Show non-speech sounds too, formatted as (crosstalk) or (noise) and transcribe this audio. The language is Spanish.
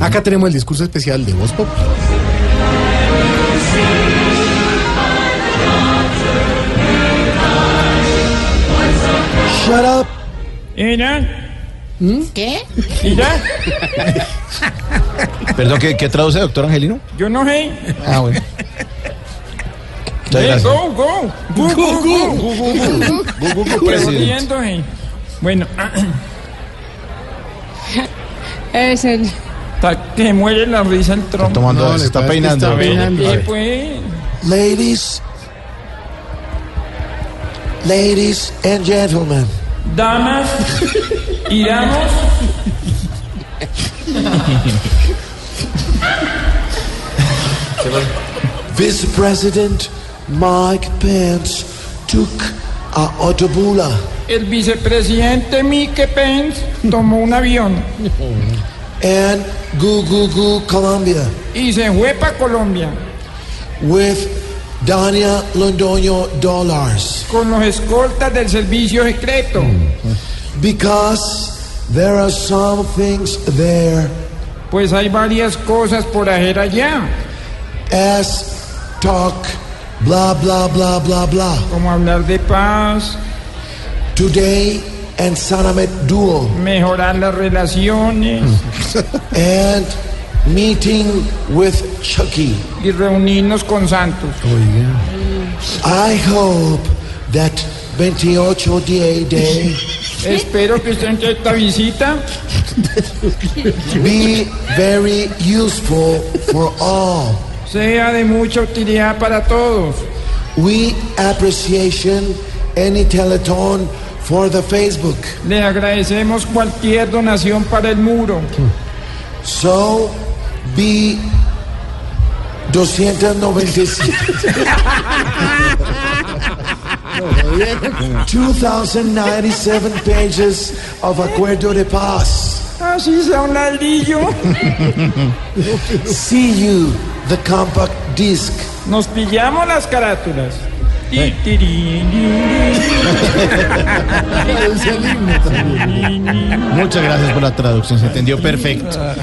Acá tenemos el discurso especial de Voz Pop. Shut up. Ina, ¿Qué? Ina, Perdón, ¿qué, qué traduce, doctor Angelino? yo no sé. Ah, bueno. Muchas Eh, gracias. Go, go, go, go, go. Gu, gu, gu, Pero presidente. viendo, eh. Bueno, (clears throat) Es el. ta- que muere la risa el trompo. Tomando, No, se le está parece que peinando. está peinando. A Y ver. pues, Ladies, ladies and gentlemen, damas y damos, Vice President Mike Pence took a Otobula. el vicepresidente Mike Pence tomó un avión and Goo Goo Goo Colombia y se fue para Colombia with Dania Londoño dollars con los escoltas del servicio secreto. because there are some things there Pues hay varias cosas por hacer allá, as talk blah blah blah blah blah como hablar de paz, today and Sanamet duo (laughs) mejorar las relaciones and meeting with Chucky. y reunirnos con Santos. I hope that 28 day day Espero que usted entre a esta visita be very useful for all. sea de mucha utilidad para todos. We appreciation any telethon for the Facebook. Le agradecemos cualquier donación para el muro. So be 297. 2097 pages of Acuerdo de Paz. Así sea un ladrillo. See you, the compact disc. Nos pillamos las carátulas. Ti, tirín, Muchas Muchas gracias por la traducción, se entendió perfecto.